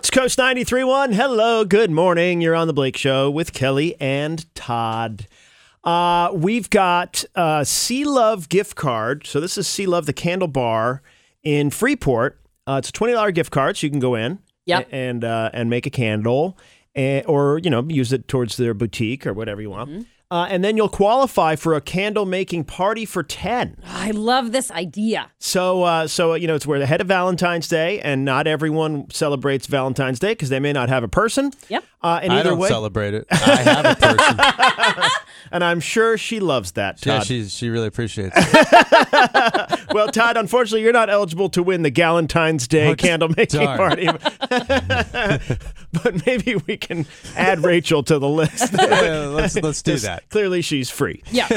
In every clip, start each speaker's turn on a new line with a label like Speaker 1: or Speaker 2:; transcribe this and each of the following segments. Speaker 1: It's Coast 93.1. Hello, good morning. You're on The Blake Show with Kelly and Todd. Uh, we've got a Sea Love gift card. So this is Sea Love, the candle bar in Freeport. Uh, it's a $20 gift card, so you can go in
Speaker 2: Yep.
Speaker 1: a- and uh, and make a candle and, or, you know, use it towards their boutique or whatever you want. Uh, and then you'll qualify for a candle making party for 10.
Speaker 2: I love this idea.
Speaker 1: So, uh, so uh, you know, it's we're ahead of Valentine's Day, and not everyone celebrates Valentine's Day because they may not have a person.
Speaker 2: Yep.
Speaker 1: Uh, and
Speaker 3: I
Speaker 1: either
Speaker 3: don't
Speaker 1: way,
Speaker 3: celebrate it. I have a person.
Speaker 1: and I'm sure she loves that.
Speaker 3: yeah,
Speaker 1: Todd.
Speaker 3: she she really appreciates it.
Speaker 1: well, Todd, unfortunately, you're not eligible to win the Galentine's Day
Speaker 3: Oh,
Speaker 1: candle making
Speaker 3: darn.
Speaker 1: party. but maybe we can add Rachel to the list.
Speaker 3: Yeah, let's let's do that.
Speaker 1: Clearly, she's free.
Speaker 2: Yeah.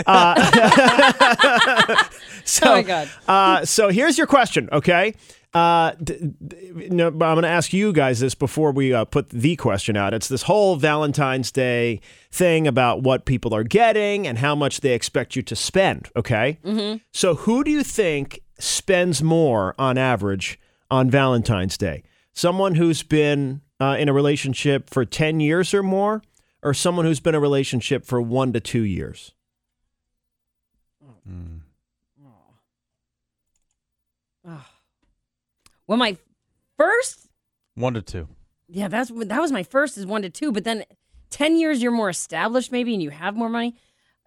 Speaker 1: So,
Speaker 2: Oh my God.
Speaker 1: uh, so here's your question, okay? Uh, d- d- no, but I'm going to ask you guys this before we uh, put the question out. It's this whole Valentine's Day thing about what people are getting and how much they expect you to spend, okay? Mm-hmm. So, who do you think spends more on average on Valentine's Day? Someone who's been uh, in a relationship for 10 years or more, or someone who's been in a relationship for one to two years?
Speaker 2: Well, my first,
Speaker 3: One to two.
Speaker 2: yeah, that's that was my first is one to two, but then ten years you're more established maybe and you have more money.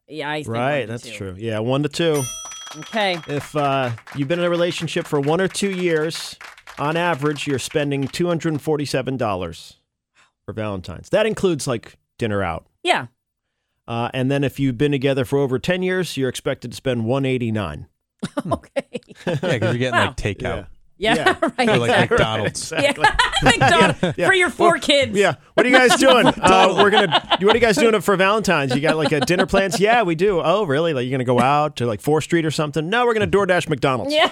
Speaker 2: Yeah, I think one
Speaker 1: Right,
Speaker 2: to
Speaker 1: that's
Speaker 2: two.
Speaker 1: true. Yeah, one to two.
Speaker 2: Okay,
Speaker 1: If uh, you've been in a relationship for one or two years, on average, you're spending two hundred and forty-seven dollars for Valentine's. That includes like dinner out,
Speaker 2: yeah,
Speaker 1: uh, and then if you've been together for over ten years, you're expected to spend one eighty-nine.
Speaker 2: okay,
Speaker 3: Yeah, because you're getting
Speaker 2: Wow.
Speaker 3: like takeout
Speaker 2: yeah,
Speaker 1: Hmm. Yeah.
Speaker 2: right,
Speaker 3: or like
Speaker 2: exactly.
Speaker 3: McDonald's.
Speaker 2: yeah, McDonald's
Speaker 1: yeah.
Speaker 2: for your four kids.
Speaker 1: Yeah, what are you guys doing? uh, we're gonna. What are you guys doing for Valentine's? You got like a dinner plans? Yeah, we do. Oh, really? Like you're gonna go out to like Fourth Street or something? No, we're gonna DoorDash McDonald's.
Speaker 2: yeah,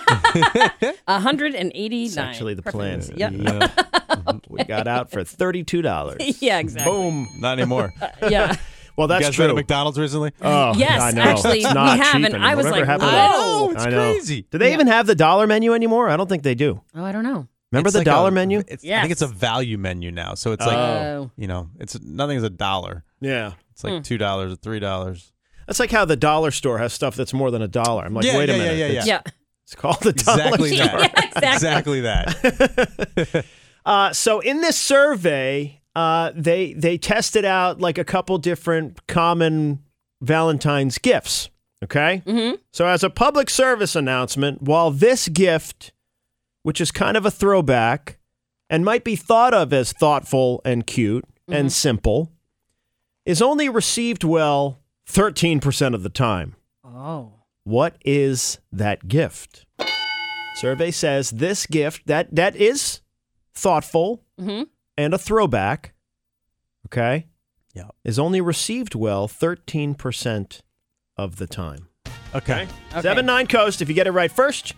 Speaker 2: hundred and eighty-nine.
Speaker 1: That's actually the plan.
Speaker 2: preferences. Yep.
Speaker 1: We got out for thirty-two dollars.
Speaker 2: Yeah, exactly.
Speaker 1: Boom.
Speaker 3: Not anymore.
Speaker 2: Yeah.
Speaker 1: Well,
Speaker 3: you
Speaker 1: that's
Speaker 3: guys
Speaker 1: true.
Speaker 3: been to McDonald's recently?
Speaker 1: Oh,
Speaker 2: Yes,
Speaker 1: I know.
Speaker 2: actually,
Speaker 1: It's not
Speaker 2: we have,
Speaker 1: cheap
Speaker 2: and I
Speaker 1: anymore.
Speaker 2: was
Speaker 1: Whatever
Speaker 2: like,
Speaker 1: happened to
Speaker 2: whoa.
Speaker 1: that?
Speaker 2: Oh,
Speaker 3: it's
Speaker 1: I know.
Speaker 3: crazy.
Speaker 1: Do they even have the dollar menu anymore? I don't think they do.
Speaker 2: Oh, I don't know.
Speaker 1: Remember
Speaker 3: It's
Speaker 1: the
Speaker 3: like
Speaker 1: dollar
Speaker 3: a-
Speaker 1: menu?
Speaker 3: It's, I
Speaker 2: Yes.
Speaker 3: think it's a value menu now. So it's like
Speaker 2: Oh.
Speaker 3: you know, it's nothing's a dollar.
Speaker 1: Yeah.
Speaker 3: It's like two dollars or three dollars.
Speaker 1: That's like how the dollar store has stuff that's more than a dollar. I'm like,
Speaker 3: Yeah,
Speaker 1: wait a
Speaker 3: yeah, yeah,
Speaker 1: minute.
Speaker 3: yeah,
Speaker 1: It's,
Speaker 2: Yeah.
Speaker 1: it's called the dollar
Speaker 3: Exactly
Speaker 1: store.
Speaker 3: that.
Speaker 2: exactly.
Speaker 3: Exactly that.
Speaker 1: Uh, so in this survey, uh, they they tested out like a couple different common Valentine's gifts. Okay. Mm-hmm. So as a public service announcement, while this gift, which is kind of a throwback, and might be thought of as thoughtful and cute and simple, is only received well thirteen percent of the time.
Speaker 2: Oh.
Speaker 1: What is that gift? Survey says this gift that that is thoughtful
Speaker 2: Mhm.
Speaker 1: and a throwback. Okay,
Speaker 3: Yeah.
Speaker 1: is only received well thirteen percent of the time.
Speaker 3: Okay.
Speaker 2: Okay.
Speaker 1: Seven nine coast. If you get it right first,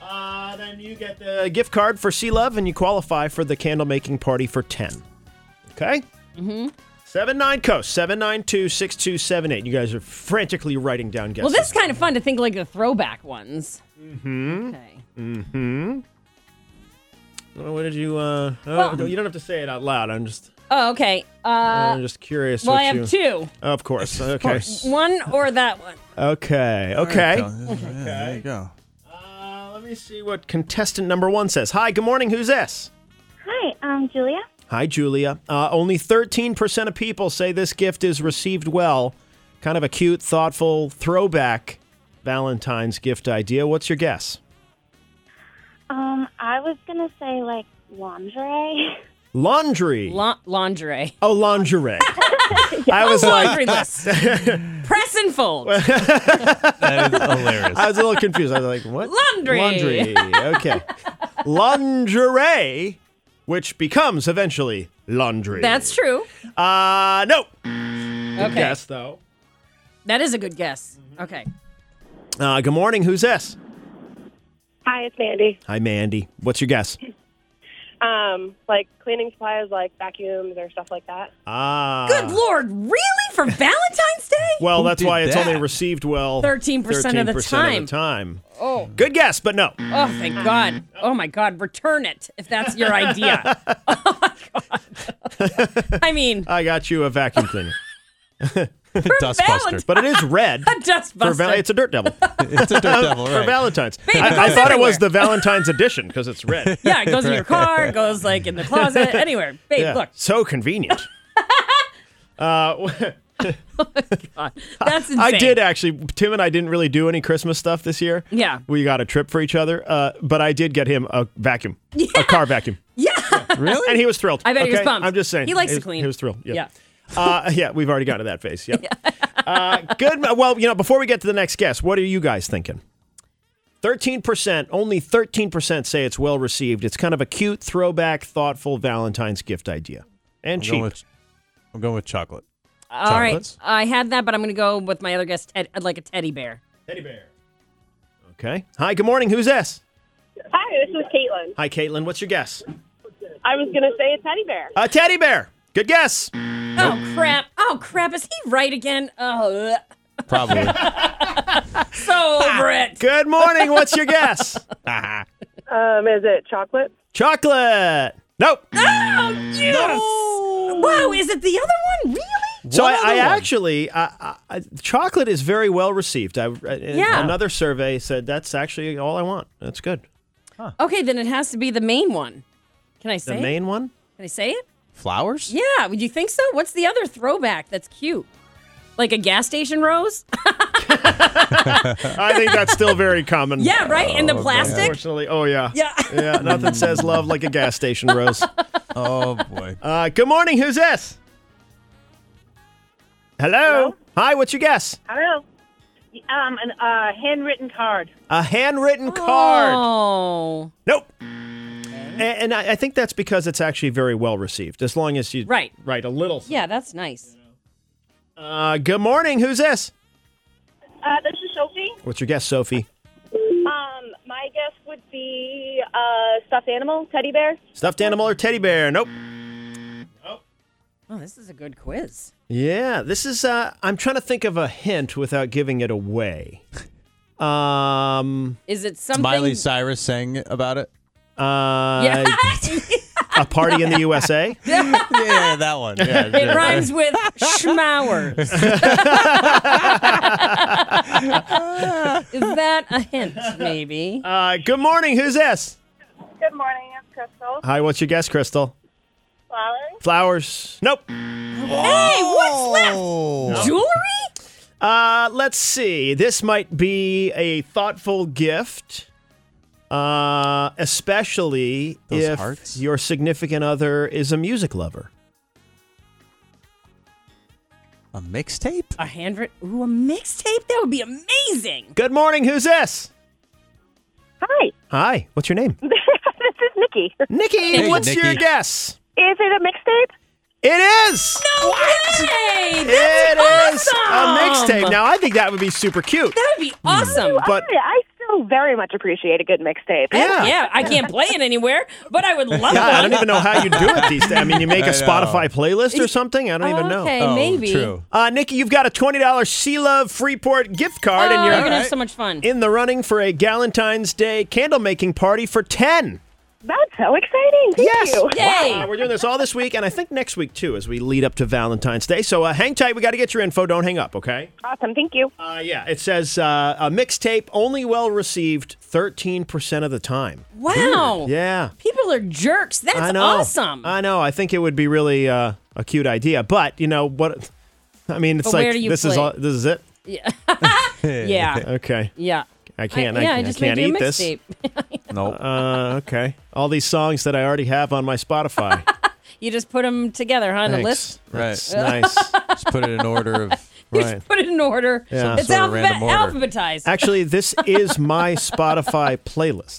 Speaker 1: uh, then you get the gift card for Sea Love, and you qualify for the candle making party for ten. Okay.
Speaker 2: Mhm.
Speaker 1: Seven nine coast seven nine two six two seven eight. You guys are frantically writing down guesses.
Speaker 2: Well, this is kind of fun to think like the throwback ones. Mm-hmm. Okay.
Speaker 1: Well, What did you? Uh, oh,
Speaker 2: Well-
Speaker 1: you don't have to say it out loud. I'm just,
Speaker 2: Oh, okay. Uh,
Speaker 1: I'm just curious.
Speaker 2: well,
Speaker 1: what
Speaker 2: I have
Speaker 1: you, Oh,
Speaker 2: two.
Speaker 1: Of course. Okay.
Speaker 2: One or that one.
Speaker 1: Okay. Okay.
Speaker 3: Yeah, there you go.
Speaker 1: Uh, let me see what contestant number one says. Hi. Good morning. Who's this?
Speaker 4: Hi, um, Julia.
Speaker 1: Hi, Julia. Uh, only 13% of people say this gift is received well. Kind of a cute, thoughtful throwback Valentine's gift idea. What's your guess?
Speaker 4: Um, I was gonna say like lingerie.
Speaker 1: Laundry.
Speaker 2: La- lingerie.
Speaker 1: oh, lingerie. I was like,
Speaker 2: Laundry list. Press and fold.
Speaker 3: That is hilarious.
Speaker 1: I was a little confused. I was like, what?
Speaker 2: Laundry.
Speaker 1: Laundry. Okay. Lingerie, which becomes eventually laundry.
Speaker 2: That's true.
Speaker 1: Uh, no.
Speaker 2: Okay.
Speaker 1: Yes, though.
Speaker 2: That is a good guess.
Speaker 1: Mm-hmm.
Speaker 2: Okay.
Speaker 1: Uh, good morning. Who's this?
Speaker 4: Hi, it's Mandy.
Speaker 1: Hi, Mandy. What's your guess?
Speaker 5: Um, like cleaning supplies, like vacuums or stuff like that.
Speaker 1: Ah.
Speaker 2: Good lord, really? For Valentine's Day?
Speaker 1: Well, that's
Speaker 3: did
Speaker 1: why it's
Speaker 3: that?
Speaker 1: only received well
Speaker 2: 13% of the
Speaker 1: 13%
Speaker 2: time.
Speaker 1: time.
Speaker 2: Oh,
Speaker 1: Good guess, but no.
Speaker 2: oh, thank God. Oh my God, return it if that's your idea. oh my God. I mean,
Speaker 1: I got you a vacuum cleaner.
Speaker 3: Dustbuster.
Speaker 1: But it is red.
Speaker 2: a dustbuster.
Speaker 1: for val- it's a dirt devil.
Speaker 3: It's a dirt devil,
Speaker 1: For
Speaker 3: right?
Speaker 1: Valentine's.
Speaker 2: Babe, it
Speaker 1: I, I
Speaker 2: goes
Speaker 1: thought it was
Speaker 2: everywhere.
Speaker 1: the Valentine's edition because it's red.
Speaker 2: yeah, it goes in your car, it goes like in the closet, anywhere. Babe,
Speaker 1: Yeah.
Speaker 2: look,
Speaker 1: So convenient. uh,
Speaker 2: that's insane.
Speaker 1: I did actually. Tim and I didn't really do any Christmas stuff this year.
Speaker 2: Yeah.
Speaker 1: We got a trip for each other, uh, but I did get him a vacuum, a car vacuum.
Speaker 2: Yeah.
Speaker 3: Really?
Speaker 1: And he was thrilled.
Speaker 2: I bet he was
Speaker 1: okay?
Speaker 2: pumped.
Speaker 1: I'm just saying.
Speaker 2: He likes
Speaker 1: he
Speaker 2: to
Speaker 1: was-
Speaker 2: clean.
Speaker 1: He was thrilled. Yeah.
Speaker 2: Yeah.
Speaker 1: Uh, yeah, we've already gotten to that phase. Yeah. uh, good. Well, you know, before we get to the next guess, what are you guys thinking? 13%, only 13% say it's well received. It's kind of a cute, throwback, thoughtful Valentine's gift idea. And
Speaker 3: I'm going,
Speaker 1: cheap.
Speaker 3: with, I'm going with chocolate.
Speaker 2: All right.
Speaker 3: Chocolates?
Speaker 2: I had that, but I'm going to go with my other guess, ted- I'd like a teddy bear.
Speaker 1: Teddy bear. Okay. Hi, good morning. Who's this?
Speaker 5: Hi, this is Caitlin.
Speaker 1: Hi, Caitlin. What's your guess?
Speaker 5: I was gonna say a teddy bear.
Speaker 1: A teddy bear. Good guess.
Speaker 2: Oh, crap. Oh, crap. Is he right again? Oh, ugh.
Speaker 3: Probably.
Speaker 2: so over it.
Speaker 1: Good morning. What's your guess?
Speaker 5: Um, is it chocolate?
Speaker 1: Chocolate. Nope. Ah!
Speaker 2: Oh, yes. Wow, is it the other one? Really?
Speaker 1: So
Speaker 3: What other
Speaker 1: I, I
Speaker 3: one?
Speaker 1: actually, I, I, I- chocolate is very well received. I, I-
Speaker 2: Yeah.
Speaker 1: Another survey said that's actually all I want. That's good.
Speaker 2: Okay, then it has to be the main one. Can I
Speaker 1: The
Speaker 2: say it?
Speaker 1: main one?
Speaker 2: Can I say it?
Speaker 3: Flowers?
Speaker 2: Yeah, would you think so? What's the other throwback that's cute? Like a gas station rose?
Speaker 1: I think that's still very common.
Speaker 2: yeah, right? In the plastic?
Speaker 1: Unfortunately, oh yeah.
Speaker 2: Yeah.
Speaker 1: Yeah, nothing says love like a gas station rose.
Speaker 3: Oh, boy.
Speaker 1: Uh, good morning. Who's this? Hello? Hi, what's your guess?
Speaker 6: Hello. Um, an uh, handwritten card.
Speaker 1: A handwritten card.
Speaker 2: Oh.
Speaker 1: Nope. And, and I, I think that's because it's actually very well received, as long as you
Speaker 2: Right.
Speaker 1: write a little.
Speaker 2: Yeah, that's nice.
Speaker 1: Uh, good morning. Who's this?
Speaker 5: Uh, this is Sophie.
Speaker 1: What's your guess, Sophie?
Speaker 5: Um, my guess would be uh, stuffed animal, teddy bear.
Speaker 1: Stuffed animal or teddy bear? Nope.
Speaker 2: Oh, this is a good quiz.
Speaker 1: Yeah, this is. Uh, I'm trying to think of a hint without giving it away. Um,
Speaker 2: Is it something?
Speaker 3: Miley Cyrus sang about it.
Speaker 1: uh,
Speaker 2: Yeah.
Speaker 1: a party in the USA.
Speaker 3: yeah, that one. Yeah,
Speaker 2: it rhymes with schmowers. Is that a hint, maybe?
Speaker 1: Uh, good morning. Who's this?
Speaker 5: Good morning, it's Crystal.
Speaker 1: Hi. What's your guess, Crystal?
Speaker 5: Flowers.
Speaker 1: Flowers. Nope.
Speaker 2: hey, what's left?
Speaker 3: Oh.
Speaker 2: Jewelry?
Speaker 1: Uh, let's see. This might be a thoughtful gift. Uh, especially
Speaker 3: Those
Speaker 1: if
Speaker 3: hearts?
Speaker 1: your significant other is a music lover.
Speaker 3: A mixtape?
Speaker 2: A handwritten. Ooh, a mixtape? That would be amazing.
Speaker 1: Good morning. Who's this?
Speaker 5: Hi,
Speaker 1: Hi. What's your name?
Speaker 5: this is Nikki. Is
Speaker 1: Nikki.
Speaker 3: Hey,
Speaker 1: what's
Speaker 3: Nikki.
Speaker 1: your guess?
Speaker 5: it a mixtape?
Speaker 1: It is.
Speaker 2: No way!
Speaker 1: It is
Speaker 2: Oh, That's
Speaker 1: a
Speaker 2: awesome!
Speaker 1: mixtape. Hmm. Now I think that would be super cute.
Speaker 2: That would be awesome.
Speaker 1: But
Speaker 5: Yeah, I still very much appreciate a good mixtape.
Speaker 1: yeah.
Speaker 2: Yeah, I can't play it anywhere, but I would love
Speaker 1: Yeah, I
Speaker 2: one.
Speaker 1: don't even know how you do it these days. I mean, you make a
Speaker 3: I know.
Speaker 1: Spotify playlist or something? I don't even know.
Speaker 2: Okay,
Speaker 3: Oh,
Speaker 2: maybe.
Speaker 3: True.
Speaker 1: Uh, Nikki, you've got a $20 Sea Love Freeport gift card,
Speaker 2: Oh,
Speaker 1: and
Speaker 2: you're
Speaker 1: you're
Speaker 2: gonna have
Speaker 3: right.
Speaker 2: so much fun.
Speaker 1: in the running for a Galentine's Day candle making party for 10.
Speaker 5: That's so exciting. Thank
Speaker 1: Yes.
Speaker 5: you.
Speaker 2: Yay!
Speaker 1: Wow, Uh, we're doing this all this week, and I think next week too, as we lead up to Valentine's Day. So uh, hang tight. We got to get your info. Don't hang up, okay?
Speaker 5: Awesome. Thank you.
Speaker 1: Uh, yeah, it says uh, a mixtape only well received 13% of the time.
Speaker 2: wow.
Speaker 1: Yeah.
Speaker 2: People are jerks. That's
Speaker 1: I know.
Speaker 2: awesome.
Speaker 1: I know. I think it would be really uh, a cute idea, but you know what? I mean, it's
Speaker 2: But
Speaker 1: like
Speaker 2: where do you
Speaker 1: this is
Speaker 2: play?
Speaker 1: all, this is it.
Speaker 2: yeah.
Speaker 1: Okay,
Speaker 2: Yeah.
Speaker 1: I can't. I,
Speaker 2: yeah,
Speaker 1: I,
Speaker 2: I just
Speaker 1: can't
Speaker 2: made you
Speaker 1: eat
Speaker 2: a
Speaker 1: this.
Speaker 2: mixtape.
Speaker 3: Nope.
Speaker 1: Uh, okay, all these songs that I already have on my Spotify.
Speaker 2: You just put them together, huh? On a
Speaker 1: Thanks.
Speaker 2: list.
Speaker 1: That's
Speaker 3: Right.
Speaker 1: nice.
Speaker 3: Just put it in order of.
Speaker 1: Right.
Speaker 2: Put it in order.
Speaker 1: Yeah.
Speaker 2: It's
Speaker 3: Sort of
Speaker 2: alphabet-
Speaker 3: random order.
Speaker 2: alphabetized.
Speaker 1: Actually, this is my Spotify playlist.